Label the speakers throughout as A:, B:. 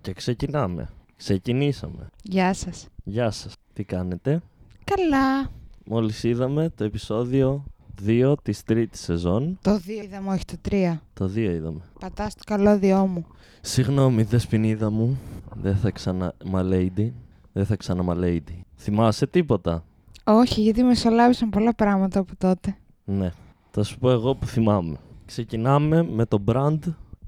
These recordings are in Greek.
A: Και ξεκινάμε. Ξεκινήσαμε.
B: Γεια σας.
A: Γεια σας. Τι κάνετε.
B: Καλά.
A: Μόλις είδαμε το επεισόδιο 2 της τρίτης σεζόν.
B: Το δύο είδαμε, όχι το τρία.
A: Το 2 είδαμε.
B: Πατάς το καλώδιό μου.
A: Συγγνώμη, δεσποινίδα μου. Δεν θα ξανα... Μαλέιντι. Δεν θα ξανα μαλέιντι. Θυμάσαι τίποτα.
B: Όχι, γιατί μεσολάβησαν πολλά πράγματα από τότε.
A: Ναι. Θα σου πω εγώ που θυμάμαι. Ξεκινάμε με τον Brand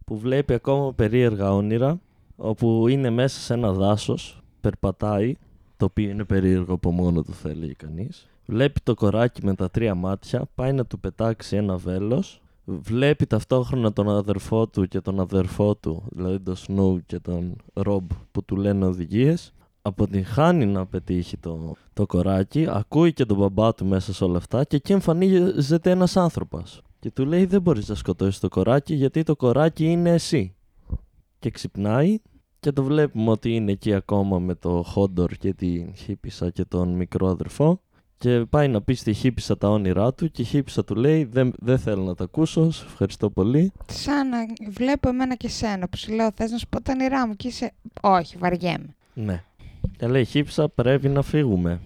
A: που βλέπει ακόμα περίεργα όνειρα όπου είναι μέσα σε ένα δάσος, περπατάει, το οποίο είναι περίεργο από μόνο του θα έλεγε κανείς. Βλέπει το κοράκι με τα τρία μάτια, πάει να του πετάξει ένα βέλος, βλέπει ταυτόχρονα τον αδερφό του και τον αδερφό του, δηλαδή τον Snow και τον Rob που του λένε οδηγίες, αποτυγχάνει να πετύχει το, το κοράκι, ακούει και τον μπαμπά του μέσα σε όλα αυτά και εκεί εμφανίζεται ένας άνθρωπος. Και του λέει δεν μπορείς να σκοτώσεις το κοράκι γιατί το κοράκι είναι εσύ. Και ξυπνάει και το βλέπουμε ότι είναι εκεί ακόμα με το Χόντορ και την Χίπισα και τον μικρό αδερφό. Και πάει να πει στη Χίπισα τα όνειρά του και η Χίπισα του λέει δεν, δεν θέλω να τα ακούσω, σε ευχαριστώ πολύ.
B: Σαν να βλέπω εμένα και σένα που σου λέω θες να σου πω τα νερά μου και είσαι... Όχι, βαριέμαι.
A: Ναι. Και λέει Χίπισα πρέπει να φύγουμε.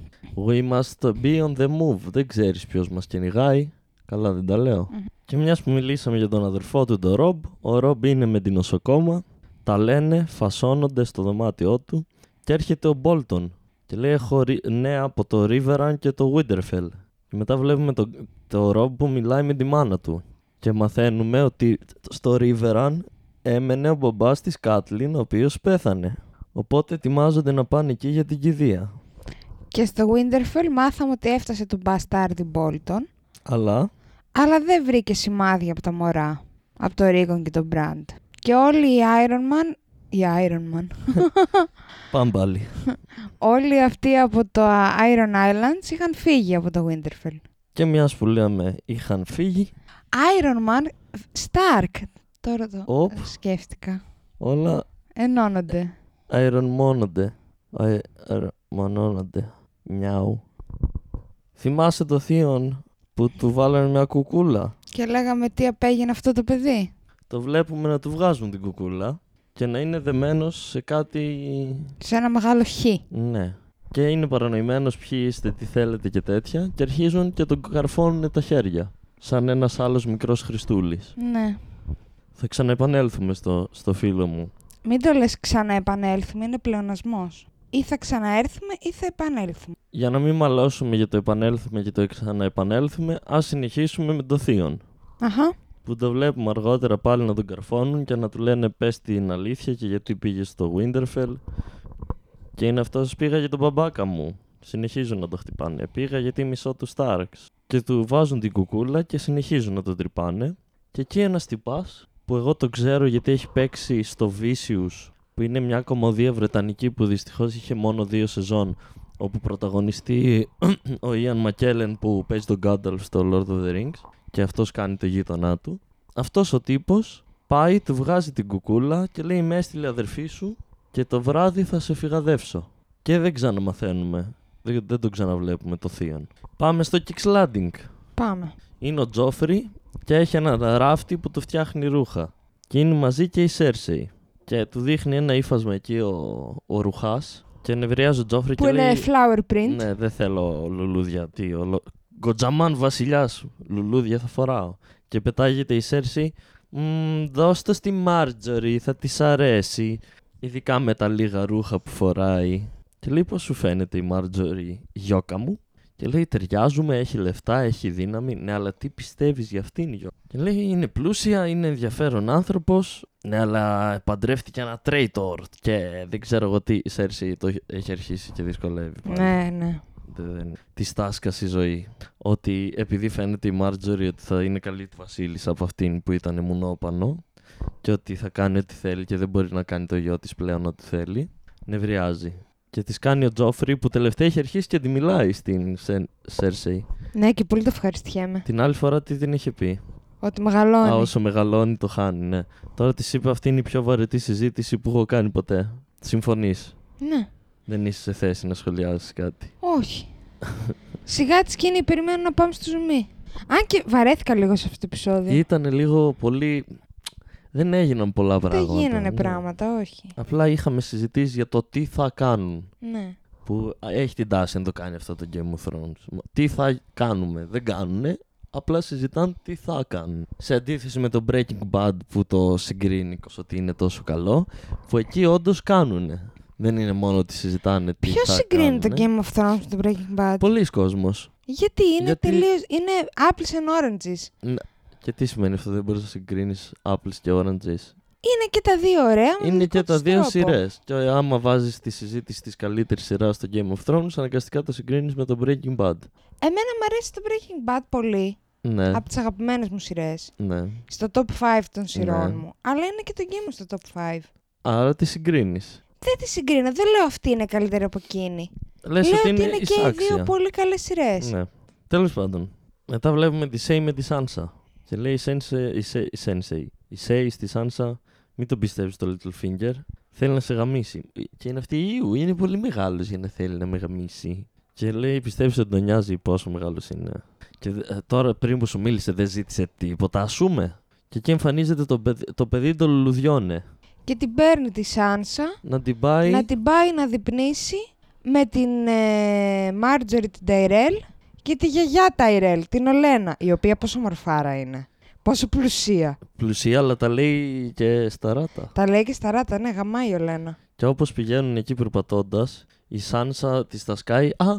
A: We must be on the move. Δεν ξέρεις ποιος μας κυνηγάει. Καλά δεν τα λέω.
B: Μμμ.
A: Και μιας που μιλήσαμε για τον αδερφό του τον Ρομπ, ο Ρομπ είναι με την νοσοκόμα, τα λένε, φασώνονται στο δωμάτιό του και έρχεται ο Μπόλτον και λέει έχω ρι- νέα από το Riverrun και το Winterfell. Και μετά βλέπουμε τον το Ρομπ που μιλάει με τη μάνα του και μαθαίνουμε ότι στο Riverrun έμενε ο μπαμπάς της Κάτλιν ο οποίος πέθανε. Οπότε ετοιμάζονται να πάνε εκεί για την κηδεία.
B: Και στο Winterfell μάθαμε ότι έφτασε τον μπαστάρδι Μπόλτον,
A: Αλλά
B: αλλά δεν βρήκε σημάδια από τα μωρά, από το Ρίγον και τον Brand. Και όλοι οι Iron Man, οι Iron Man,
A: πάμε πάλι.
B: όλοι αυτοί από το Iron Islands είχαν φύγει από το Winterfell.
A: Και μιας που λέμε είχαν φύγει,
B: Iron Man, Stark. Τώρα το ε,
A: Οπ.
B: σκέφτηκα.
A: όλα
B: Ενώνονται.
A: Αερονμόνονται. Αερονμόνονται. Μιαου. Θυμάσαι το θείον που του βάλανε μια κουκούλα.
B: Και λέγαμε τι απέγινε αυτό το παιδί.
A: Το βλέπουμε να του βγάζουν την κουκούλα και να είναι δεμένος σε κάτι...
B: Σε ένα μεγάλο χ.
A: Ναι. Και είναι παρανοημένος ποιοι είστε, τι θέλετε και τέτοια και αρχίζουν και τον καρφώνουν τα χέρια. Σαν ένας άλλος μικρός Χριστούλης.
B: Ναι.
A: Θα ξαναεπανέλθουμε στο, στο φίλο μου.
B: Μην το λες ξανά επανέλθουμε, είναι πλεονασμός. Ή θα ξαναέρθουμε ή θα επανέλθουμε.
A: Για να μην μαλώσουμε για το επανέλθουμε και το ξαναεπανέλθουμε, ας συνεχίσουμε με το θείον.
B: Αχα.
A: που το βλέπουμε αργότερα πάλι να τον καρφώνουν και να του λένε πες την αλήθεια και γιατί πήγες στο Winterfell και είναι αυτός πήγα για τον μπαμπάκα μου συνεχίζουν να το χτυπάνε πήγα γιατί μισώ του Starks και του βάζουν την κουκούλα και συνεχίζουν να τον τρυπάνε και εκεί ένας τυπάς που εγώ το ξέρω γιατί έχει παίξει στο Vicious που είναι μια κομμωδία βρετανική που δυστυχώς είχε μόνο δύο σεζόν όπου πρωταγωνιστεί ο Ιαν Μακέλεν που παίζει τον Gandalf στο Lord of the Rings και αυτός κάνει το γείτονά του. Αυτός ο τύπος πάει, του βγάζει την κουκούλα και λέει με έστειλε αδερφή σου και το βράδυ θα σε φυγαδεύσω. Και δεν ξαναμαθαίνουμε, δεν, δεν το ξαναβλέπουμε το Θείον. Πάμε στο Kicks Landing.
B: Πάμε.
A: Είναι ο Τζόφρι και έχει ένα ράφτη που του φτιάχνει ρούχα. Και είναι μαζί και η Σέρσεϊ. Και του δείχνει ένα ύφασμα εκεί ο, ο Ρουχάς και νευριάζει ο Τζόφρι
B: Που
A: και
B: είναι
A: λέει...
B: flower print.
A: Ναι, δεν θέλω λουλούδια. Τι, ολο... Γκοτζαμάν βασιλιά σου. Λουλούδια θα φοράω. Και πετάγεται η Σέρση. «Μμμ, Δώσ' το στη Μάρτζορι, θα της αρέσει. Ειδικά με τα λίγα ρούχα που φοράει. Και λέει πώς σου φαίνεται η Μάρτζορι, γιώκα μου. Και λέει ταιριάζουμε, έχει λεφτά, έχει δύναμη. Ναι, αλλά τι πιστεύεις για αυτήν, γιώκα. Και λέει είναι πλούσια, είναι ενδιαφέρον άνθρωπος. Ναι, αλλά παντρεύτηκε ένα τρέιτορ. Και δεν ξέρω εγώ τι. Η Σέρση το έχει αρχίσει και δυσκολεύει. πάλι.
B: Ναι, ναι.
A: Δεν- δεν- Της τάσκας η ζωή. Ότι επειδή φαίνεται η Μάρτζορι ότι θα είναι καλή τη Βασίλισσα από αυτήν που ήταν μουνόπανο και ότι θα κάνει ό,τι θέλει και δεν μπορεί να κάνει το γιο της πλέον ό,τι θέλει, νευριάζει. Και της κάνει ο Τζόφρι που τελευταία έχει αρχίσει και τη μιλάει στην Σεν- Σέρσεϊ.
B: Ναι, και πολύ το ευχαριστιέμαι.
A: Την άλλη φορά τι την είχε πει.
B: Ότι μεγαλώνει.
A: Α, όσο μεγαλώνει το χάνει, ναι. Τώρα της είπε αυτή είναι η πιο βαρετή συζήτηση που έχω κάνει ποτέ. Συμφωνείς.
B: Ναι.
A: Δεν είσαι σε θέση να σχολιάσεις κάτι.
B: Όχι. Σιγά τη σκηνή, περιμένω να Ναι. πάμε στο ζουμί. Αν και βαρέθηκα λίγο σε αυτό το επεισόδιο.
A: Ήταν λίγο πολύ Δεν έγιναν πολλά
B: Δεν
A: πράγματα.
B: γίνανε
A: ναι.
B: πράγματα, όχι.
A: Απλά είχαμε συζητήσει για το τι θα κάνουν.
B: Ναι.
A: Που έχει την τάση να το κάνει αυτό το Game of Thrones. Τι θα κάνουμε. Δεν κάνουνε. Απλά συζητάνε τι θα κάνουν. Σε αντίθεση με το Breaking Bad που το συγκρίνει ως ότι είναι τόσο καλό, που εκεί όντως κάνουνε. Δεν είναι μόνο ότι συζητάνε τι
B: Ποιος
A: θα
B: συγκρίνει το
A: κάνουνε.
B: Game of Thrones με το Breaking Bad.
A: Πολλοί κόσμος.
B: Γιατί είναι
A: Γιατί-
B: τελείως... Είναι apples and oranges.
A: Και τι σημαίνει αυτό, δεν μπορείς να συγκρίνεις apples και oranges.
B: Είναι και τα δύο ωραία. με
A: Είναι
B: δικό
A: και
B: τους
A: τα δύο
B: τρόπο.
A: σειρές. Και άμα βάζεις τη συζήτηση της καλύτερης σειράς στο Game of Thrones, αναγκαστικά το συγκρίνεις με το Breaking Bad.
B: Εμένα μου αρέσει το Breaking Bad πολύ.
A: Ναι,
B: Από τις αγαπημένες μου σειρές.
A: ναι.
B: Στο top 5 των σειρών
A: Ναι.
B: μου. Αλλά είναι και το Game of στο top 5.
A: Άρα τη συγκρίνεις.
B: Δεν τη συγκρίνω. Δεν λέω αυτή είναι καλύτερη από εκείνη.
A: Λες
B: λέω
A: ότι είναι,
B: είναι και οι
A: εισάξια.
B: δύο πολύ καλές σειρές.
A: Ναι. Τέλος πάντων. Μετά βλέπουμε τη Σέι με τη Σάνσα. Και λέει η Σένσε- η Σέ- η Σένσεϊ. Η Σέι στη Σάνσα, μην τον πιστεύεις το Littlefinger. Θέλει να σε γαμίσει. Και είναι αυτή η Ιού. Είναι πολύ μεγάλος για να θέλει να με γαμίσει. Και λέει, πιστεύεις ότι τον νοιάζει πόσο μεγάλος είναι. Και δε- ε, τώρα πριν που σου μίλησε, δεν ζήτησε τίποτα. Ασούμε. Και εκεί εμφανίζεται το παιδί, το παιδί το λουλουδιώνε.
B: Και την παίρνει τη Σάνσα
A: Να την πάει.
B: να την πάει να διπνήσει με την ε, Μάρτζορι την Ταϊρέλ και τη γιαγιά Ταϊρέλ, την Ολένα, η οποία πόσο μορφάρα είναι. Πόσο πλουσία.
A: Πλουσία, αλλά τα λέει και σταράτα.
B: Τα λέει και στα ράτα, ναι, γαμάει η Ολένα.
A: Και όπως πηγαίνουν εκεί περπατώντας, η Σάνσα της τα σκάει. Α,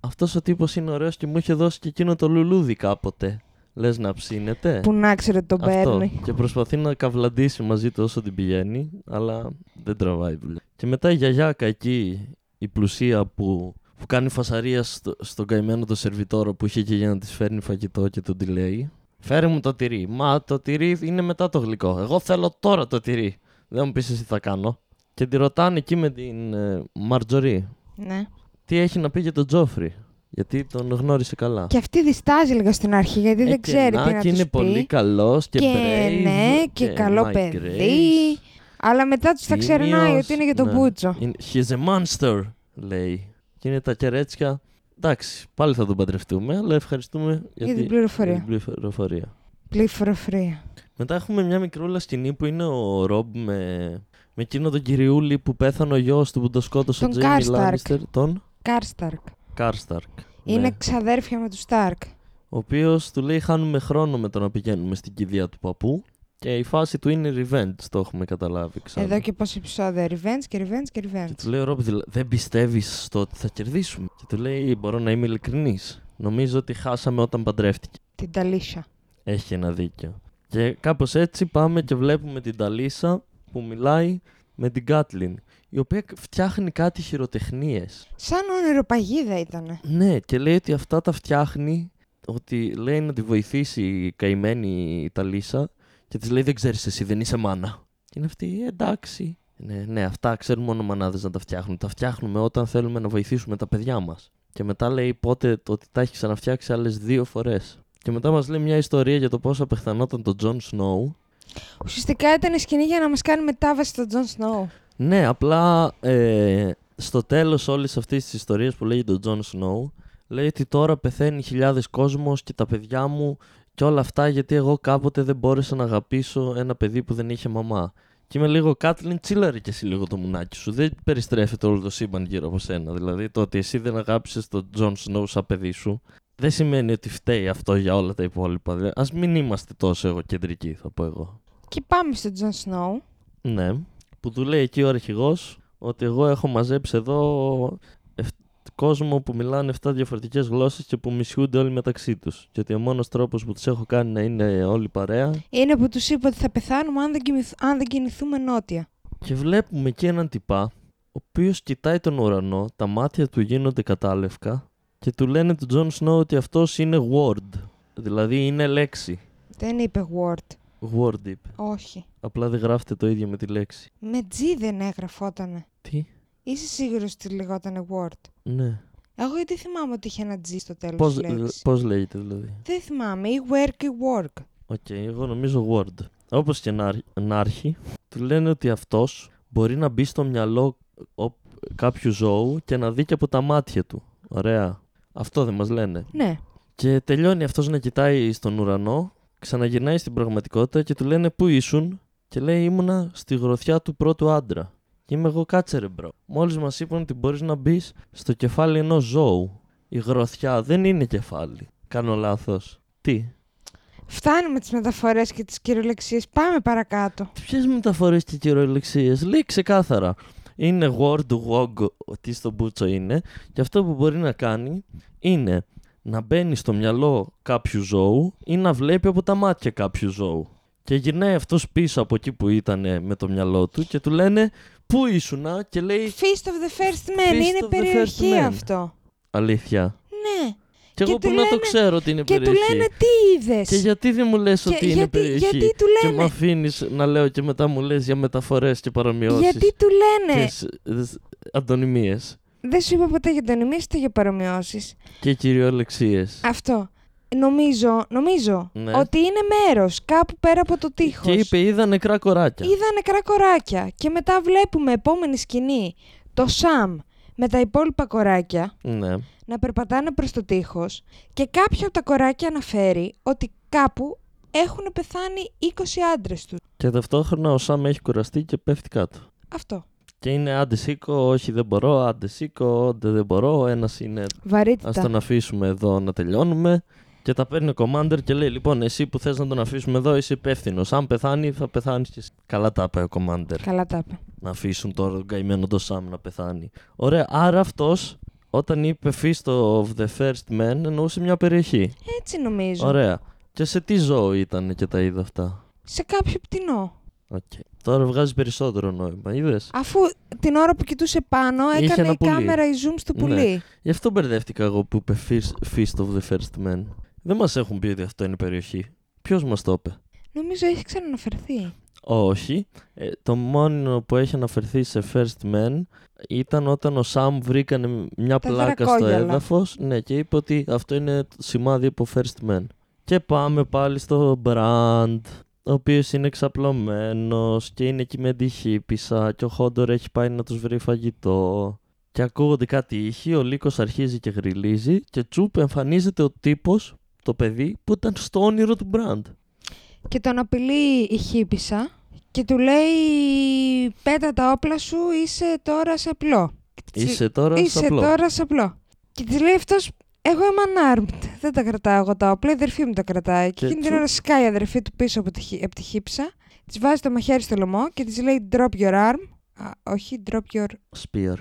A: αυτός ο τύπος είναι ωραίος και μου είχε δώσει και εκείνο το λουλούδι κάποτε. Λες να ψήνεται.
B: Που να ξέρετε τον
A: Αυτό.
B: παίρνει.
A: Και προσπαθεί να καυλαντήσει μαζί του όσο την πηγαίνει, αλλά δεν τραβάει δουλειά. Και μετά η γιαγιάκα εκεί, η πλουσία που, που κάνει φασαρία στο, στον καημένο το σερβιτόρο που είχε εκεί για να της φέρνει φαγητό και τον τη λέει. Φέρε μου το τυρί. Μα το τυρί είναι μετά το γλυκό. Εγώ θέλω τώρα το τυρί. Δεν μου πεις εσύ τι θα κάνω. Και τη ρωτάνε εκεί με την ε, Μαρτζορή
B: Ναι.
A: τι έχει να πει για τον Τζόφρι. Γιατί τον γνώρισε καλά.
B: Και αυτή διστάζει λίγο στην αρχή γιατί
A: Ε,
B: δεν
A: και
B: ξέρει
A: να
B: τι να
A: και
B: τους
A: είναι
B: πει.
A: πολύ καλός και,
B: και
A: brave
B: ναι, και, καλό
A: my
B: παιδί. Αλλά μετά τους θα
A: Τίμιος,
B: ξερνάει ότι είναι για τον
A: ναι.
B: Μπούτσο.
A: grace. Είναι- He's a monster, λέει. Και είναι τα κερέτσια. Εντάξει, πάλι θα τον παντρευτούμε, αλλά ευχαριστούμε
B: Για
A: γιατί- ε,
B: την πληροφορία.
A: για την πληροφορία.
B: Πληροφορία.
A: Μετά έχουμε μια μικρούλα σκηνή που είναι ο Ρομπ με, με εκείνο τον κυριούλη που πέθανε ο γιος του που τον σκότωσε ο
B: Τον
A: Τζέιμι
B: Karstark.
A: Λάνιστερ, τον
B: Κάρσταρκ.
A: Κάρσταρκ. ναι.
B: Είναι ξαδέρφια με τους Σταρκ.
A: ο οποίος του λέει χάνουμε χρόνο με το να πηγαίνουμε στην κηδεία του παππού και η φάση του είναι revenge, το έχουμε καταλάβει ξανά.
B: Εδώ και πόσα επεισόδια. Revenge και revenge και
A: Και
B: revenge.
A: του λέει ο Ρόμπ, δηλα- δεν πιστεύεις στο ότι θα κερδίσουμε. Και του λέει, Μπορώ να είμαι ειλικρινής. Νομίζω ότι χάσαμε όταν παντρεύτηκε.
B: Την Ταλίσσα.
A: Έχει ένα δίκιο. Και κάπως έτσι πάμε και βλέπουμε την Ταλίσα που μιλάει με την Κάτλιν, η οποία φτιάχνει κάτι χειροτεχνίες.
B: Σαν ονειροπαγίδα ήταν.
A: Ναι, και λέει ότι αυτά τα φτιάχνει, ότι λέει να τη βοηθήσει η καημένη η Ταλίσα και της λέει δεν ξέρεις εσύ, δεν είσαι μάνα. Και είναι αυτή, «Ε, εντάξει. Ναι, ναι, αυτά ξέρουν μόνο μανάδες να τα φτιάχνουν. Τα φτιάχνουμε όταν θέλουμε να βοηθήσουμε τα παιδιά μας. Και μετά λέει πότε το ότι τα έχει ξαναφτιάξει άλλες δύο φορές. Και μετά μας λέει μια ιστορία για το πώς απεχθανόταν τον Τζον Σνόου.
B: Ουσιαστικά ήταν η σκηνή για να μας κάνει μετάβαση στον Τζον Σνόου.
A: Ναι, απλά ε, στο τέλος όλης αυτής της ιστορίας που λέγει τον Τζον Σνόου, λέει ότι τώρα πεθαίνει χιλιάδες κόσμος και τα παιδιά μου και όλα αυτά γιατί εγώ κάποτε δεν μπόρεσα να αγαπήσω ένα παιδί που δεν είχε μαμά. Και είμαι λίγο Κάτλιν, τσίλαρε και εσύ λίγο το μουνάκι σου. Δεν περιστρέφεται όλο το σύμπαν γύρω από σένα. Δηλαδή το ότι εσύ δεν αγάπησες τον Τζον Σνόου σαν παιδί σου, δεν σημαίνει ότι φταίει αυτό για όλα τα υπόλοιπα. Δηλαδή, Ας μην είμαστε τόσο εγωκεντρικοί, θα πω εγώ.
B: Και πάμε στον Τζον Σνόου.
A: Ναι, που του λέει εκεί ο αρχηγός ότι εγώ έχω μαζέψει εδώ εφ- κόσμο που μιλάνε 7 διαφορετικές γλώσσες και που μισιούνται όλοι μεταξύ τους. Και ότι ο μόνος τρόπος που τους έχω κάνει να είναι όλοι παρέα.
B: Είναι που τους είπε ότι θα πεθάνουμε αν δεν, κοιμηθ- αν δεν κινηθούμε νότια.
A: Και βλέπουμε εκεί έναν τυπά, ο οποίος κοιτάει τον ουρανό, τα μάτια του γίνονται κατάλευκα και του λένε του Τζον Σνόου ότι αυτός είναι word, δηλαδή είναι λέξη.
B: Δεν είπε word.
A: Word είπε.
B: Όχι.
A: Απλά δεν γράφεται το ίδιο με τη λέξη.
B: Με G δεν έγραφότανε.
A: Τι?
B: Είσαι σίγουρος ότι λεγότανε word.
A: Ναι.
B: Εγώ γιατί θυμάμαι ότι είχε ένα G στο τέλος
A: Πώς,
B: της λέξης.
A: πώς λέγεται δηλαδή.
B: Δεν θυμάμαι. Ή work ή work.
A: Οκ, εγώ νομίζω Word. Όπως και να, άρχι- να άρχει, του λένε ότι αυτός μπορεί να μπει στο μυαλό ο- κάποιου ζώου και να δει και από τα μάτια του. Ωραία. Αυτό δεν μας λένε.
B: Ναι.
A: Και τελειώνει αυτός να κοιτάει στον ουρανό, ξαναγυρνάει στην πραγματικότητα και του λένε Πού ήσουν, Και λέει: Ήμουνα στη γροθιά του πρώτου άντρα. Και είμαι εγώ κάτσερε, μπρο. Μόλις μας είπαν ότι μπορείς να μπεις στο κεφάλι ενός ζώου. Η γροθιά δεν είναι κεφάλι. Κάνω λάθος. Τι.
B: Φτάνει με τις μεταφορές και τις κυριολεξίες. Πάμε παρακάτω.
A: Ποιες μεταφορές και κυριολεξίες. Λέει ξεκάθαρα. Είναι word wog ότι στο μπούτσο είναι. Και αυτό που μπορεί να κάνει είναι να μπαίνει στο μυαλό κάποιου ζώου ή να βλέπει από τα μάτια κάποιου ζώου. Και γυρνάει αυτός πίσω από εκεί που ήταν με το μυαλό του και του λένε Πού ήσουνα, και λέει
B: Feast of the First Man.
A: Feast
B: είναι
A: of the
B: περιοχή
A: First Man.
B: αυτό.
A: Αλήθεια.
B: Ναι.
A: Και, εγώ
B: του
A: που να το
B: λένε-
A: ξέρω ότι είναι
B: Και του
A: περιοχή.
B: λένε τι είδες.
A: Και γιατί δεν μου λες
B: Και
A: ότι είναι
B: γιατί-
A: περιοχή.
B: γιατί του
A: Και
B: λένε.
A: με αφήνεις να λέω και μετά μου λες για μεταφορές και παρομοιώσεις.
B: Γιατί του λένε.
A: Αντωνυμίες
B: Δεν σου είπα ποτέ για τον εμεί, ούτε για παρομοιώσεις.
A: και κυριολεξίες.
B: Αυτό. Νομίζω, νομίζω
A: Ναι.
B: ότι είναι μέρος κάπου πέρα από το τείχο.
A: Και είπε, είδα νεκρά κοράκια.
B: Είδα νεκρά κοράκια. Και μετά βλέπουμε επόμενη σκηνή το Σαμ με τα υπόλοιπα κοράκια
A: Ναι.
B: να περπατάνε προς το τείχος και κάποιο από τα κοράκια αναφέρει ότι κάπου έχουν πεθάνει 20 άντρες τους.
A: Και ταυτόχρονα ο Σάμ έχει κουραστεί και πέφτει κάτω.
B: Αυτό.
A: Και είναι άντε σήκω, όχι δεν μπορώ, άντε σήκω, άντε δεν μπορώ. Ένας είναι Α
B: Βαρύτητα.
A: τον αφήσουμε εδώ να τελειώνουμε. Και τα παίρνει ο commander και λέει: Λοιπόν, εσύ που θες να τον αφήσουμε εδώ, είσαι υπεύθυνος. Αν πεθάνει, θα πεθάνεις κι εσύ. Καλά τα είπε ο commander.
B: Καλά τα είπε.
A: Να αφήσουν τώρα τον καημένο τον Σάμ να πεθάνει. Ωραία, άρα αυτός όταν είπε Feast of the First Man εννοούσε μια περιοχή.
B: Έτσι νομίζω.
A: Ωραία. Και σε τι ζώο ήταν και τα είδα αυτά.
B: Σε κάποιο πτηνό.
A: Οκ. Τώρα βγάζει περισσότερο νόημα, είδες.
B: Αφού την ώρα που κοιτούσε πάνω
A: Είχε
B: έκανε
A: ένα
B: η
A: πουλί.
B: κάμερα η zoom στο
A: Ναι.
B: πουλί.
A: Γι' αυτό μπερδεύτηκα εγώ που είπε Feast- Feast of the First Man. Δεν μας έχουν πει ότι αυτό είναι περιοχή. Ποιος μας το είπε.
B: Νομίζω έχει ξαναναφερθεί.
A: Όχι. Ε, το μόνο που έχει αναφερθεί σε First Man ήταν όταν ο Σαμ βρήκανε μια
B: Τα
A: πλάκα στο
B: δρακόγιαλα.
A: έδαφος ναι, και είπε ότι αυτό είναι σημάδι από First Man. Και πάμε πάλι στο Brand, ο οποίος είναι εξαπλωμένος και είναι εκεί με τη χύπησα και ο Χόντορ έχει πάει να τους βρει φαγητό. Και ακούγονται κάτι ήχοι, ο Λύκος αρχίζει και γριλίζει και τσουπ εμφανίζεται ο τύπος, το παιδί, που ήταν στο όνειρο του Brand.
B: Και τον απειλεί η χύπησα και του λέει πέτα τα όπλα σου, είσαι τώρα σε απλό.
A: Είσαι τώρα
B: Είσαι
A: σαπλό.
B: τώρα σε απλό. Και της λέει αυτός, εγώ είμαι unarmed, δεν τα κρατάω εγώ τα όπλα, η αδερφή μου τα κρατάει. Και
A: Και
B: εκείνη την
A: τσου.
B: ώρα σκάει η αδερφή του πίσω από τη, χύ- από τη χύψα, της βάζει το μαχαίρι στο λαιμό και της λέει drop your arm. Α, όχι, drop your...
A: Spear.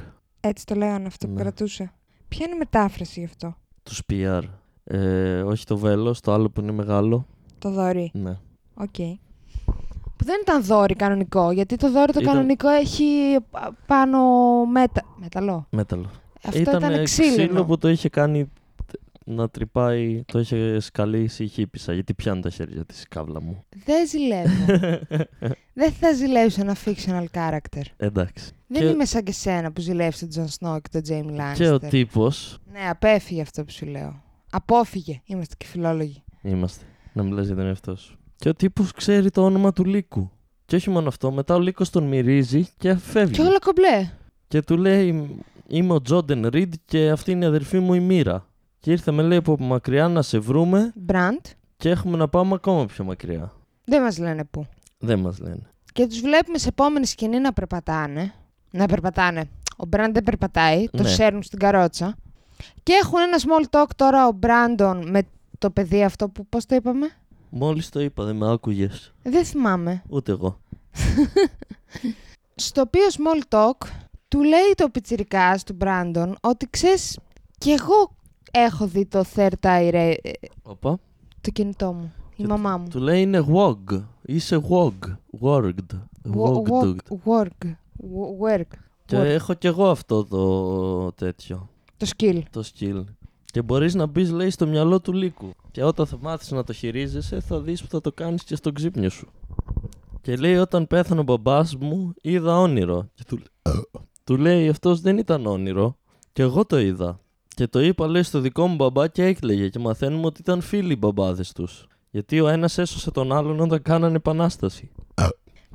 B: Έτσι το λέγανε αυτό που
A: Ναι.
B: κρατούσε. Ποια είναι η μετάφραση γι' αυτό,
A: Του PR. Ε, όχι το βέλος, το άλλο που είναι μεγάλο.
B: το δωρή.
A: Ναι.
B: Οκ.
C: Που δεν ήταν δόρυ κανονικό, γιατί το δόρυ το
A: Ήταν-
C: κανονικό έχει α, πάνω μέτα... μεταλλό.
A: Μέταλλο.
C: Αυτό ήταν,
A: ε,
C: ξύλινο.
A: ξύλο που το είχε κάνει τ- να τρυπάει, το είχε σκαλίσει η χύπησα. Γιατί πιάνει τα χέρια της η κάβλα μου.
C: Δεν ζηλεύω. δεν θα ζηλέψω ένα fictional character.
A: Εντάξει.
C: Δεν
A: Και-
C: είμαι σαν και σένα που ζηλεύει τον Τζον Σνό και τον Τζέιμι
A: Και ο
C: Λάνιστερ.
A: τύπος.
C: Ναι, απέφυγε αυτό που σου λέω. Απόφυγε. Είμαστε και φιλόλογοι.
A: Είμαστε. Να μιλάς για τον εαυτό σου. Και ο τύπος ξέρει το όνομα του Λύκου. Και όχι μόνο αυτό, μετά ο Λύκος τον μυρίζει και φεύγει.
C: Και όλα κομπλέ.
A: Και του λέει: Είμαι ο Τζόντεν Ριντ και αυτή είναι η αδερφή μου η Μοίρα. Και ήρθε με λέει από μακριά να σε βρούμε
C: Μπραντ.
A: και έχουμε να πάμε ακόμα πιο μακριά.
C: Δεν μας λένε πού.
A: Δεν μας λένε.
C: Και τους βλέπουμε σε επόμενη σκηνή να περπατάνε. Να περπατάνε. Ο Μπραντ δεν περπατάει, τον
A: Ναι.
C: σέρνουν στην καρότσα. Και έχουν ένα small talk τώρα ο Μπράντον με το παιδί αυτό που, πώς το είπαμε,
A: Μόλις το είπα, δεν με άκουγες.
C: δεν θυμάμαι.
A: Ούτε εγώ.
C: Στο οποίο small talk του λέει το πιτσιρικάς του Μπράντον ότι ξέρεις κι εγώ έχω δει το third eye Ra- ε,
A: Οπα.
C: το κινητό μου, η
A: Και
C: μαμά μου.
A: Του λέει είναι wog. Είσαι wog. Worged.
C: Wo-
A: Wogdugd.
C: wo- Work. Wo- Work.
A: Και
C: work.
A: έχω κι εγώ αυτό το τέτοιο.
C: Το skill.
A: Το skill. Και μπορείς να μπεις, λέει, στο μυαλό του λύκου. Και όταν θα μάθεις να το χειρίζεσαι, θα δεις που θα το κάνεις και στον ξύπνιο σου. Και λέει, όταν πέθανε ο μπαμπάς μου, είδα όνειρο. Και του, του λέει, αυτός δεν ήταν όνειρο. Και εγώ το είδα. Και το είπα, λέει, στο δικό μου μπαμπά και έκλαιγε. Και μαθαίνουμε ότι ήταν φίλοι οι μπαμπάδες τους. Γιατί ο ένας έσωσε τον άλλον όταν κάνανε επανάσταση.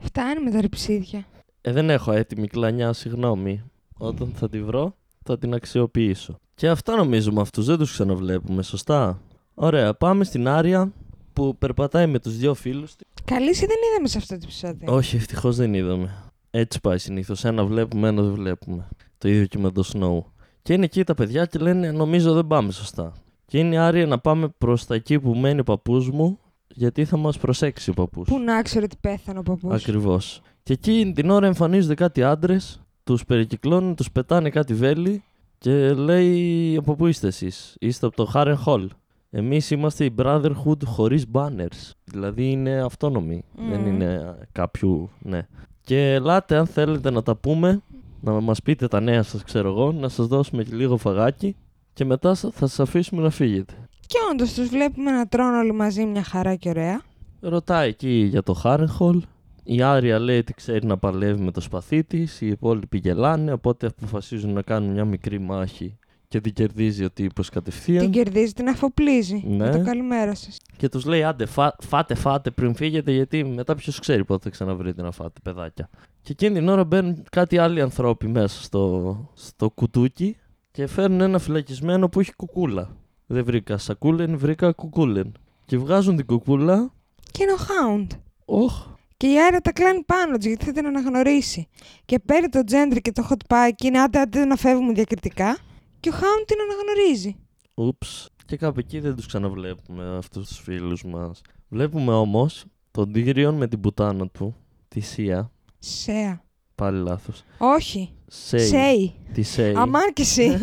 B: Φτάνει με τα ρυψίδια.
A: Ε, δεν έχω έτοιμη κλανιά, συγγνώμη. Όταν θα τη βρω, θα την αξιοποιήσω. Και αυτά νομίζω με αυτούς, δεν τους ξαναβλέπουμε, σωστά. Ωραία, πάμε στην Άρια που περπατάει με τους δύο φίλους της.
B: Καλύση δεν είδαμε σε αυτό το επεισόδιο.
A: Όχι, ευτυχώς δεν είδαμε. Έτσι πάει συνήθως. Ένα βλέπουμε, ένα δεν βλέπουμε. Το ίδιο και με το Snow. Και είναι εκεί τα παιδιά και λένε: Νομίζω δεν πάμε σωστά. Και είναι άρια να πάμε προς τα εκεί που μένει ο παππούς μου, γιατί θα μας προσέξει ο παππούς.
B: Πού να ξέρω ότι πέθανε ο παππούς.
A: Ακριβώς. Και εκεί την ώρα εμφανίζονται κάτι άντρες, τους περικυκλώνουν, τους πετάνε κάτι βέλη και λέει: Από πού είστε εσείς, είστε από το Harren Hall. Εμείς είμαστε η Brotherhood χωρίς banners. Δηλαδή είναι αυτόνομοι.
B: Μμμ.
A: Δεν είναι κάποιου. Ναι. Και ελάτε, αν θέλετε να τα πούμε, να μας πείτε τα νέα σας, ξέρω εγώ, να σας δώσουμε και λίγο φαγάκι και μετά σα- θα σας αφήσουμε να φύγετε.
B: Και όντως τους βλέπουμε να τρώνε όλοι μαζί μια χαρά και ωραία.
A: Ρωτάει εκεί για το Χάρενχολ. Η Άρια λέει ότι ξέρει να παλεύει με το σπαθί της. Οι υπόλοιποι γελάνε. Οπότε αποφασίζουν να κάνουν μια μικρή μάχη και την κερδίζει ο τύπος
B: Την
A: κατευθείαν.
B: κερδίζει, την αφοπλίζει.
A: Ναι.
B: Με το καλημέρα σας.
A: Και τους λέει: Άντε, φά- φάτε, φάτε πριν φύγετε, γιατί μετά ποιος ξέρει πότε θα ξαναβρείτε να φάτε, παιδάκια. Και εκείνη την ώρα μπαίνουν κάτι άλλοι ανθρώποι μέσα στο, στο κουτούκι και φέρνουν ένα φυλακισμένο που έχει κουκούλα. Δεν βρήκα σακούλεν, βρήκα κουκούλεν. Και βγάζουν την κουκούλα.
B: Και είναι ο Hound.
A: Οχ,
B: Και η Άρα τα κλάνει πάνω της γιατί θα την αναγνωρίσει. Και παίρνει το τζέντρι και το hot pie και είναι άντε άντε να φεύγουμε διακριτικά. Και ο Χάουντ την αναγνωρίζει.
A: Ούψ. Και κάπου εκεί δεν τους ξαναβλέπουμε αυτούς τους φίλους μας. Βλέπουμε όμως τον Τίγριον με την πουτάνα του, τη Σία,
B: Σέα.
A: πάλι λάθος.
B: Όχι.
A: Σέι.
B: Σέι.
A: Τη Σέι.
B: Αμάν και εσύ.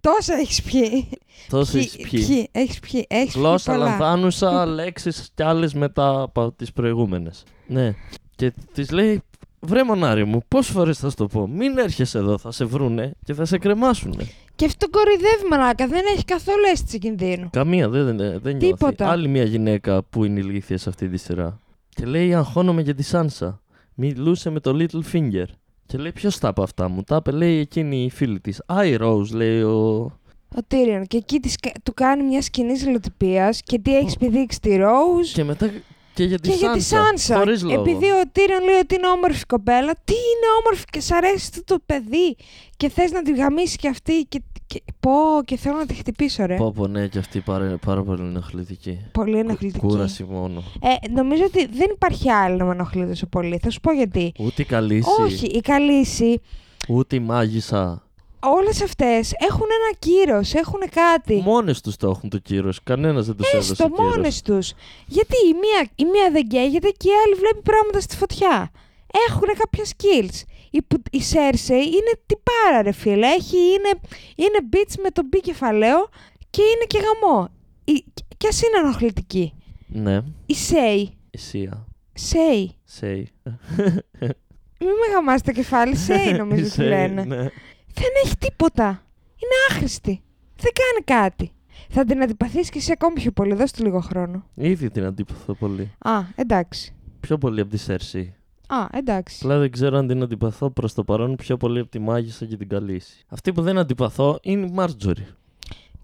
B: Τόσα έχεις πιει.
A: Τόσο
B: Ποιοι-
A: εις πιει.
B: ποιοι, έχεις πιει. Έχεις πιει
A: Γλώσσα
B: πολλά.
A: λανθάνουσα, λέξεις κι άλλες μετά από τις προηγούμενες. Ναι. Και της λέει, βρε μανάρι μου, πόσες φορές θα σου το πω, μην έρχεσαι εδώ, θα σε βρούνε και θα σε κρεμάσουνε.
C: Και αυτό κορυδεύει μαλάκα, δεν έχει καθόλου αίσθηση κινδύνου.
A: Καμία, δεν, δεν, δεν νιώθει.
B: Τίποτα.
A: Άλλη μια γυναίκα που είναι ηλίθια σε αυτή τη σειρά. Και λέει: Αγχώνομαι για τη Σάνσα. Μιλούσε με το Little Finger. Και λέει: Ποιος τα είπε αυτά μου. Τα είπε, λέει εκείνη η φίλη της. Α, η Rose, λέει ο.
B: Ο Τίριον. Και εκεί της, κα- του κάνει μια σκηνή ζηλοτυπίας και τι έχει πηδήξει τη Ρόουζ.
A: Και μετά και για τη
B: Και για τη Σάνσα.
A: Χωρίς λόγο.
B: Επειδή ο Τίριον λέει ότι είναι όμορφη κοπέλα, τι είναι όμορφη και σ' αρέσει αυτό το παιδί. Και θες να τη γαμίσει κι αυτή. Και, και, πω, και θέλω να τη χτυπήσω, ρε.
A: Πω, πω, ναι, και αυτή πάρα, πάρα πολύ ενοχλητική.
B: Πολύ ενοχλητική.
A: Κούραση μόνο.
B: Ε, νομίζω ότι δεν υπάρχει άλλη να με ενοχλεί τόσο πολύ. Θα σου πω γιατί.
A: Ούτε η Καλύση,
B: Όχι, η Καλύση,
A: ούτε η Μάγισσα.
B: όλες αυτές έχουν ένα κύρος, έχουν κάτι.
A: Μόνες τους το έχουν το κύρος. Κανένας δεν τους έδωσε.
B: Έστω
A: κύρος.
B: μόνες τους. Γιατί η μία, η μία δεν καίγεται και η άλλη βλέπει πράγματα στη φωτιά. Έχουν κάποια skills. Η, που- η Σέρσεϊ είναι τυπάρα, ρε φίλε. Έχει, είναι, είναι bitch με τον μπι κεφαλαίο και είναι και γαμό. Η, κι ας είναι ενοχλητική.
A: Ναι,
B: Η Σέι.
A: η Σία.
B: Σέι.
A: Σέι.
B: Μην με γαμάς το κεφάλι, Σέι νομίζω ότι
A: Σέι,
B: λένε.
A: ναι.
B: Δεν έχει τίποτα. Είναι άχρηστη. Δεν κάνει κάτι. Θα την αντιπαθείς και εσύ ακόμη πιο πολύ. Δώσ' του λίγο χρόνο.
A: Ήδη την αντίπαθα πολύ.
B: Α, εντάξει.
A: Πιο πολύ από τη Σέρση.
B: Α, εντάξει.
A: Απλά δεν ξέρω αν την αντιπαθώ προς το παρόν πιο πολύ από τη Μάγισσα και την Καλύση. Αυτή που δεν αντιπαθώ είναι η Μάρτζορι.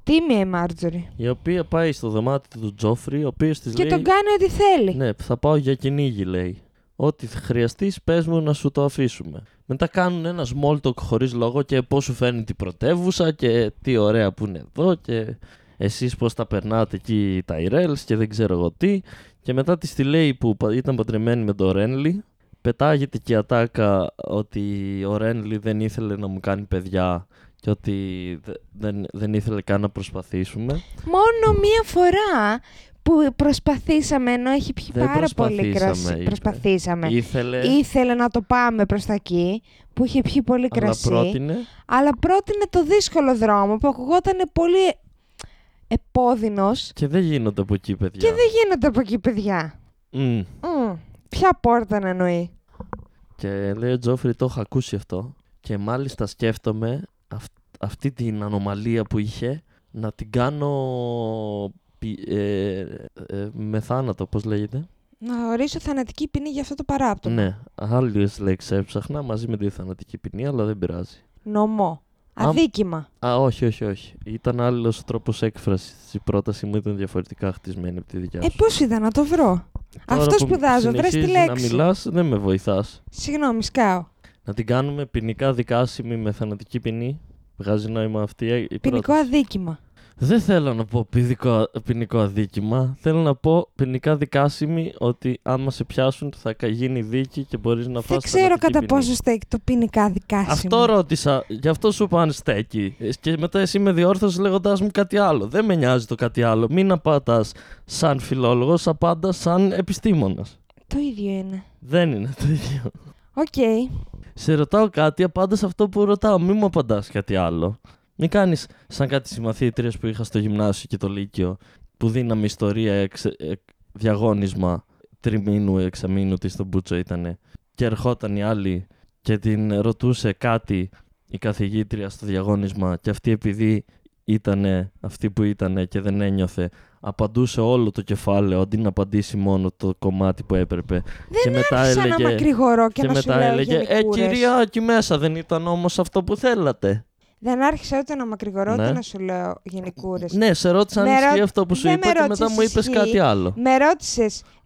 B: Τίμια η Μάρτζορι.
A: Η οποία πάει στο δωμάτιο του Τζόφρι, ο οποίος της
B: Και
A: λέει.
B: τον κάνει ό,τι θέλει.
A: Ναι, θα πάω για κυνήγι, λέει. Ό,τι χρειαστείς, πες μου να σου το αφήσουμε. Μετά κάνουν ένα small talk χωρίς λόγο και πώς σου φαίνεται η πρωτεύουσα και τι ωραία που είναι εδώ και εσείς πώς τα περνάτε εκεί τα Ιρέλ και δεν ξέρω εγώ τι. Και μετά της τη λέει που πα- ήταν παντρεμένη με τον Ρένλι. Πετάγεται και η ατάκα ότι ο Ρένλι δεν ήθελε να μου κάνει παιδιά και ότι δε- δεν, δεν ήθελε καν να προσπαθήσουμε.
B: Μόνο μία φορά που προσπαθήσαμε, ενώ έχει πιει
A: Δεν
B: πάρα πολύ
A: προσπαθήσαμε,
B: κρασί.
A: είπε.
B: Προσπαθήσαμε.
A: Ήθελε,
B: Ήθελε να το πάμε προς τα εκεί, που είχε πιει πολύ
A: αλλά
B: κρασί.
A: πρότεινε.
B: αλλά πρότεινε το δύσκολο δρόμο που ακουγόταν πολύ επώδυνος
A: Και δεν γίνονται από εκεί, παιδιά.
B: και δεν γίνεται από εκεί, παιδιά.
A: Μμ.
B: Μμ, Ποια πόρτα να εννοεί.
A: Και λέει ο Τζόφρι, το είχα ακούσει αυτό. Και μάλιστα σκέφτομαι αυ- αυτή την ανομαλία που είχε να την κάνω πι- ε, ε, με θάνατο, πώς λέγεται.
B: Να ορίσω θανατική ποινή για αυτό το παράπτωμα.
A: Ναι, άλλε λέξεις έψαχνα μαζί με τη θανατική ποινή, αλλά δεν πειράζει.
B: Νομό.
A: Ναι. Αμ.
B: Αδίκημα.
A: Α, όχι, όχι, όχι. Ήταν άλλος τρόπος έκφρασης. Η πρόταση μου ήταν διαφορετικά χτισμένη από τη δικιά
B: Ε,
A: σου.
B: πώς είδα να το βρω.
A: Τώρα
B: αυτός
A: που
B: σπουδάζω, βρες τη
A: συνεχίζεις
B: λέξη.
A: Να μιλάς, δεν με βοηθάς.
B: Συγγνώμη, σκάω.
A: Να την κάνουμε ποινικά δικάσιμη με θανατική ποινή. Βγάζει νόημα αυτή η
B: Ποινικό
A: πρόταση.
B: αδίκημα.
A: Δεν θέλω να πω ποινικό, ποινικό αδίκημα. Θέλω να πω ποινικά δικάσιμη ότι άμα σε πιάσουν θα κα- γίνει δίκη και μπορείς να φας
B: Δεν ξέρω
A: θανατική
B: κατά
A: ποινή.
B: πόσο στέκει το ποινικά δικάσιμο.
A: Αυτό ρώτησα. Γι' αυτό σου είπα αν στέκει. Ε, Και μετά εσύ με διόρθωσες λέγοντάς μου κάτι άλλο. Δεν με νοιάζει το κάτι άλλο. Μην απάτα σαν φιλόλογος, απάντας σαν επιστήμονας.
B: Το ίδιο είναι.
A: Δεν είναι το ίδιο.
B: Οκ.
A: Σε ρωτάω κάτι, απάντας σε αυτό που ρωτάω. Μην μου απαντάς κάτι άλλο. Μην κάνεις σαν κάτι συμμαθήτριες που είχα στο γυμνάσιο και το Λύκειο, που δίναμε ιστορία εξε- ε, διαγώνισμα τριμήνου, εξαμήνου της στον Μπούτσο ήτανε. Και ερχόταν η άλλη και την ρωτούσε κάτι η καθηγήτρια στο διαγώνισμα και αυτή επειδή ήταν αυτή που ήταν και δεν ένιωθε, απαντούσε όλο το κεφάλαιο αντί να απαντήσει μόνο το κομμάτι που έπρεπε. και μετά
B: Σαν να μακρηγορώ και,
A: και
B: να σου
A: μετά
B: λέω
A: έλεγε Ε,
B: γενικούρες».
A: κυρία, εκεί μέσα δεν ήταν όμως αυτό που θέλατε.
B: Δεν άρχισα ούτε να μακρηγορώ, ούτε
A: Ναι.
B: να σου λέω γενικούρε.
A: Ναι, σε ρώτησα αν
B: Με
A: ισχύει
B: ρω-
A: αυτό που σου
B: δεν
A: είπα
B: με
A: και μετά
B: ρώτησες
A: μου είπες
B: ισχύει.
A: κάτι άλλο.
B: Με ρώτησες,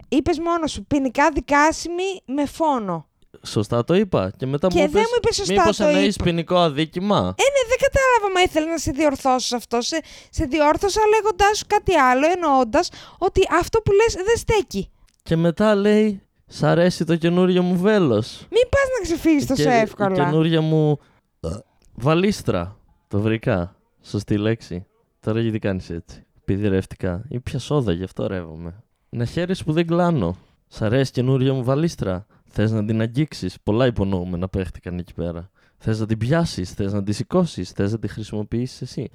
B: είπε μόνος σου ποινικά δικάσιμη με φόνο.
A: Σωστά το είπα. Και μετά
B: Και
A: μου
B: δεν
A: είπες,
B: μου είπες σωστά
A: Μήπως
B: το
A: εννοείς
B: είπα».
A: ποινικό αδίκημα.
B: Ε, ναι, δεν κατάλαβα μα ήθελε να σε διορθώσω σε αυτό. Σε, σε διόρθωσα λέγοντάς σου κάτι άλλο, εννοώντας ότι αυτό που λες δεν στέκει.
A: Και μετά λέει, Σ' αρέσει το καινούριο μου βέλος.
B: Μην πας να
A: Ε,
B: ξεφύγει τόσο
A: Η
B: εύκολα.
A: καινούρια μου ε, βαλίστρα. Το βρήκα. Σωστή λέξη. Τώρα γιατί κάνεις έτσι. Επειδή ρεύτηκα. Ή πια σόδα, γι' αυτό ρεύομαι. Να χαίρεσαι που δεν κλάνω. Σ' αρέσει καινούρια μου βαλίστρα. Θες να την αγγίξεις. Πολλά υπονοούμενα παίχτηκαν εκεί πέρα. Θες να την πιάσεις, θες να τη σηκώσεις, θες να τη χρησιμοποιήσεις εσύ.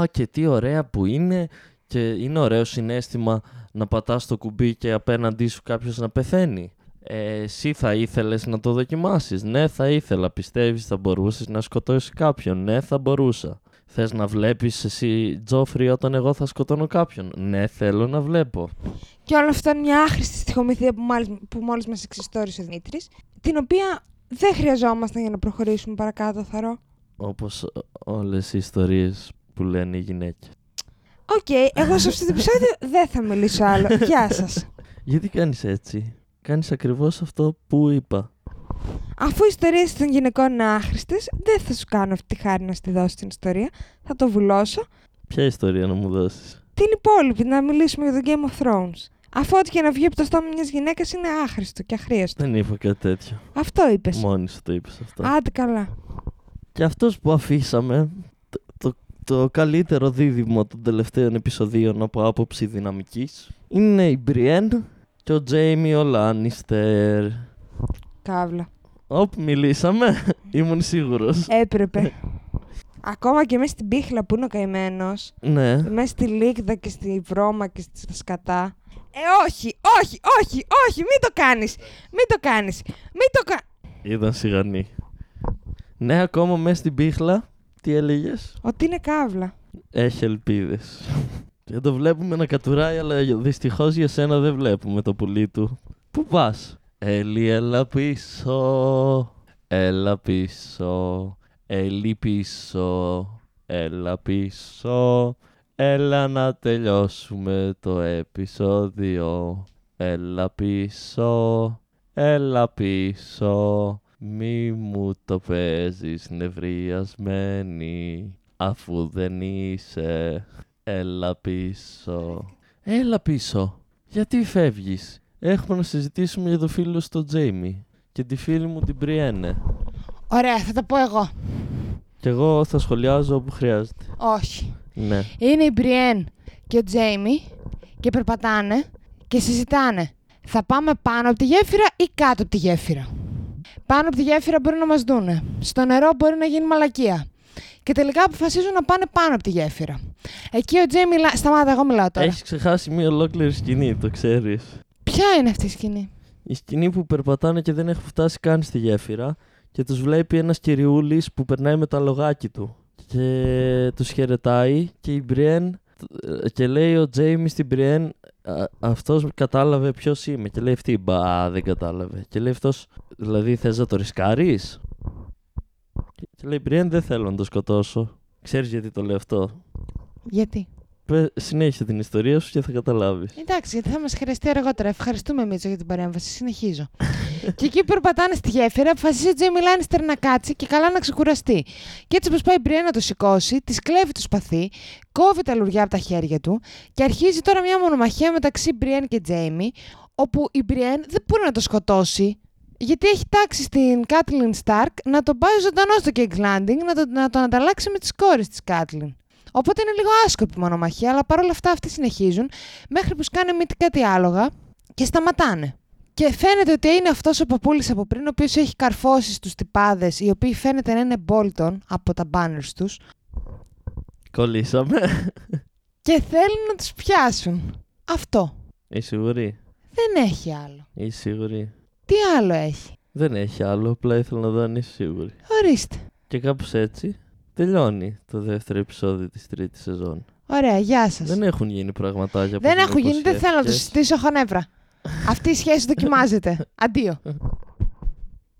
A: Α, και τι ωραία που είναι. Και είναι ωραίο συνέστημα να πατάς το κουμπί και απέναντί σου κάποιος να πεθαίνει. Ε, εσύ θα ήθελες να το δοκιμάσεις. Ναι, θα ήθελα. Πιστεύεις θα μπορούσες να σκοτώσεις κάποιον. Ναι, θα μπορούσα. Θες να βλέπεις εσύ, Τζόφρι, όταν εγώ θα σκοτώνω κάποιον. Ναι, θέλω να βλέπω.
B: Και όλο αυτό είναι μια άχρηστη στοιχομηθεία που, μάλισ... που μόλις μας εξιστόρισε ο Δημήτρης, την οποία δεν χρειαζόμασταν για να προχωρήσουμε παρακάτω, θαρώ.
A: Όπως όλες οι ιστορίες που λένε οι γυναίκες.
B: Οκ, εγώ σε αυτό το επεισόδιο δεν θα μιλήσω άλλο. Γεια σας.
A: Γιατί κάνεις έτσι. Κάνεις ακριβώς αυτό που είπα.
B: Αφού οι ιστορίες των γυναικών είναι άχρηστες, δεν θα σου κάνω αυτή τη χάρη να στη δώσω την ιστορία. Θα το βουλώσω.
A: Ποια ιστορία να μου δώσεις.
B: Την υπόλοιπη, να μιλήσουμε για το Game of Thrones. Αφού ό,τι και να βγει από το στόμα μιας γυναίκας είναι άχρηστο και αχρίαστο.
A: Δεν είπα κάτι τέτοιο.
B: Αυτό είπες.
A: Μόνη σου το είπες αυτό.
B: Άντε καλά.
A: Και αυτός που αφήσαμε, το, το, το καλύτερο δίδυμο των τελευταίων επεισοδίων από άποψη δυναμικής, είναι η Μπριέν και ο Τζέιμι ο Λάνιστερ.
B: Καύλα.
A: Οπ, μιλήσαμε. Ήμουν σίγουρος.
B: Ε, Έπρεπε. Ακόμα και μέσα στην πίχλα που είναι ο καημένος,
A: ναι.
B: μέσα στη λίγδα και στη βρώμα και στα σκατά. Ε, όχι, όχι, όχι, όχι, μην το κάνεις. Μην το κάνεις. Μην το κα...
A: Ήταν σιγανή. Ναι, ακόμα μέσα στην πίχλα. Τι έλεγες.
B: Ότι είναι καύλα.
A: Έχει ελπίδες. Δεν το βλέπουμε να κατουράει, αλλά δυστυχώς για σένα δεν βλέπουμε το πουλί του. Πού πας? Έλλη, έλα πίσω. Έλα πίσω. Έλλη πίσω. Έλα πίσω. Έλα να τελειώσουμε το επεισόδιο. Έλα πίσω. Έλα πίσω. Μη μου το παίζεις νευριασμένη αφού δεν είσαι. Έλα πίσω. Έλα πίσω. Γιατί φεύγεις. Έχουμε να συζητήσουμε για το φίλο στο Τζέιμι και τη φίλη μου την Πριένε.
C: Ωραία, θα τα πω εγώ.
A: Και εγώ θα σχολιάζω όπου χρειάζεται.
C: Όχι.
A: Ναι.
C: Είναι η Μπριέν και ο Τζέιμι και περπατάνε και συζητάνε. Θα πάμε πάνω από τη γέφυρα ή κάτω από τη γέφυρα. Πάνω από τη γέφυρα μπορεί να μας δούνε. Στο νερό μπορεί να γίνει μαλακία. Και τελικά αποφασίζουν να πάνε πάνω από τη γέφυρα. Εκεί ο Τζέιμι... λα- Σταμάτα, εγώ μιλάω τώρα.
A: Έχεις ξεχάσει μια ολόκληρη σκηνή, το ξέρεις.
C: Ποια είναι αυτή η σκηνή.
A: Η σκηνή που περπατάνε και δεν έχουν φτάσει καν στη γέφυρα και τους βλέπει ένας κυριούλης που περνάει με τα λογάκι του και τους χαιρετάει και η Μπριέν ε, και λέει ο Τζέιμις στην Μπριέν «Α, αυτός κατάλαβε ποιος είμαι και λέει αυτή μπα δεν κατάλαβε και λέει αυτός δηλαδή θες να το ρισκάρεις και λέει η Μπριέν δεν θέλω να το σκοτώσω ξέρεις γιατί το λέω αυτό
C: Γιατί.
A: Πε- Συνέχισε την ιστορία σου και θα καταλάβεις.
B: Εντάξει, γιατί θα μας χρειαστεί αργότερα. Ευχαριστούμε, Μίτσο, για την παρέμβαση. Συνεχίζω. και εκεί που περπατάνε στη γέφυρα, αποφασίζει ο Τζέιμι Λάνιστερ να κάτσει και καλά να ξεκουραστεί. Και έτσι, όπως πάει η Μπριέ να το σηκώσει, της κλέβει το σπαθί, κόβει τα λουριά από τα χέρια του και αρχίζει τώρα μια μονομαχία μεταξύ Μπριέν και Τζέιμι, όπου η Μπριέν δεν μπορεί να το σκοτώσει. Γιατί έχει τάξει στην Κάτλιν Σταρκ να τον πάει ζωντανός στο King's Landing, να τον, να τον ανταλλάξει με τις κόρες της Κάτλιν. Οπότε είναι λίγο άσκοπη η μονομαχία, αλλά παρόλα αυτά αυτοί συνεχίζουν μέχρι που σκάνε μύτη κάτι άλογα και σταματάνε. Και φαίνεται ότι είναι αυτός ο παππούλη από πριν, ο οποίος έχει καρφώσει στους τυπάδες, οι οποίοι φαίνεται να είναι Bolton από τα banners τους,
A: Κολλήσαμε.
B: και θέλουν να τους πιάσουν. Αυτό.
A: Είσαι σίγουρη.
B: Δεν έχει άλλο.
A: Είσαι σίγουρη.
B: Τι άλλο έχει.
A: Δεν έχει άλλο. Απλά ήθελα να δω αν είσαι σίγουρη.
B: Ορίστε.
A: Και κάπως έτσι τελειώνει το δεύτερο επεισόδιο της τρίτης σεζόν.
B: Ωραία, γεια σας.
A: Δεν έχουν γίνει πραγματάκια από
B: Δεν
A: την
B: έχω γίνει, δεν θέλω να το
A: υποσχέθηκες.
B: συζητήσω, έχω νεύρα. Αυτή η σχέση δοκιμάζεται. Αντίο.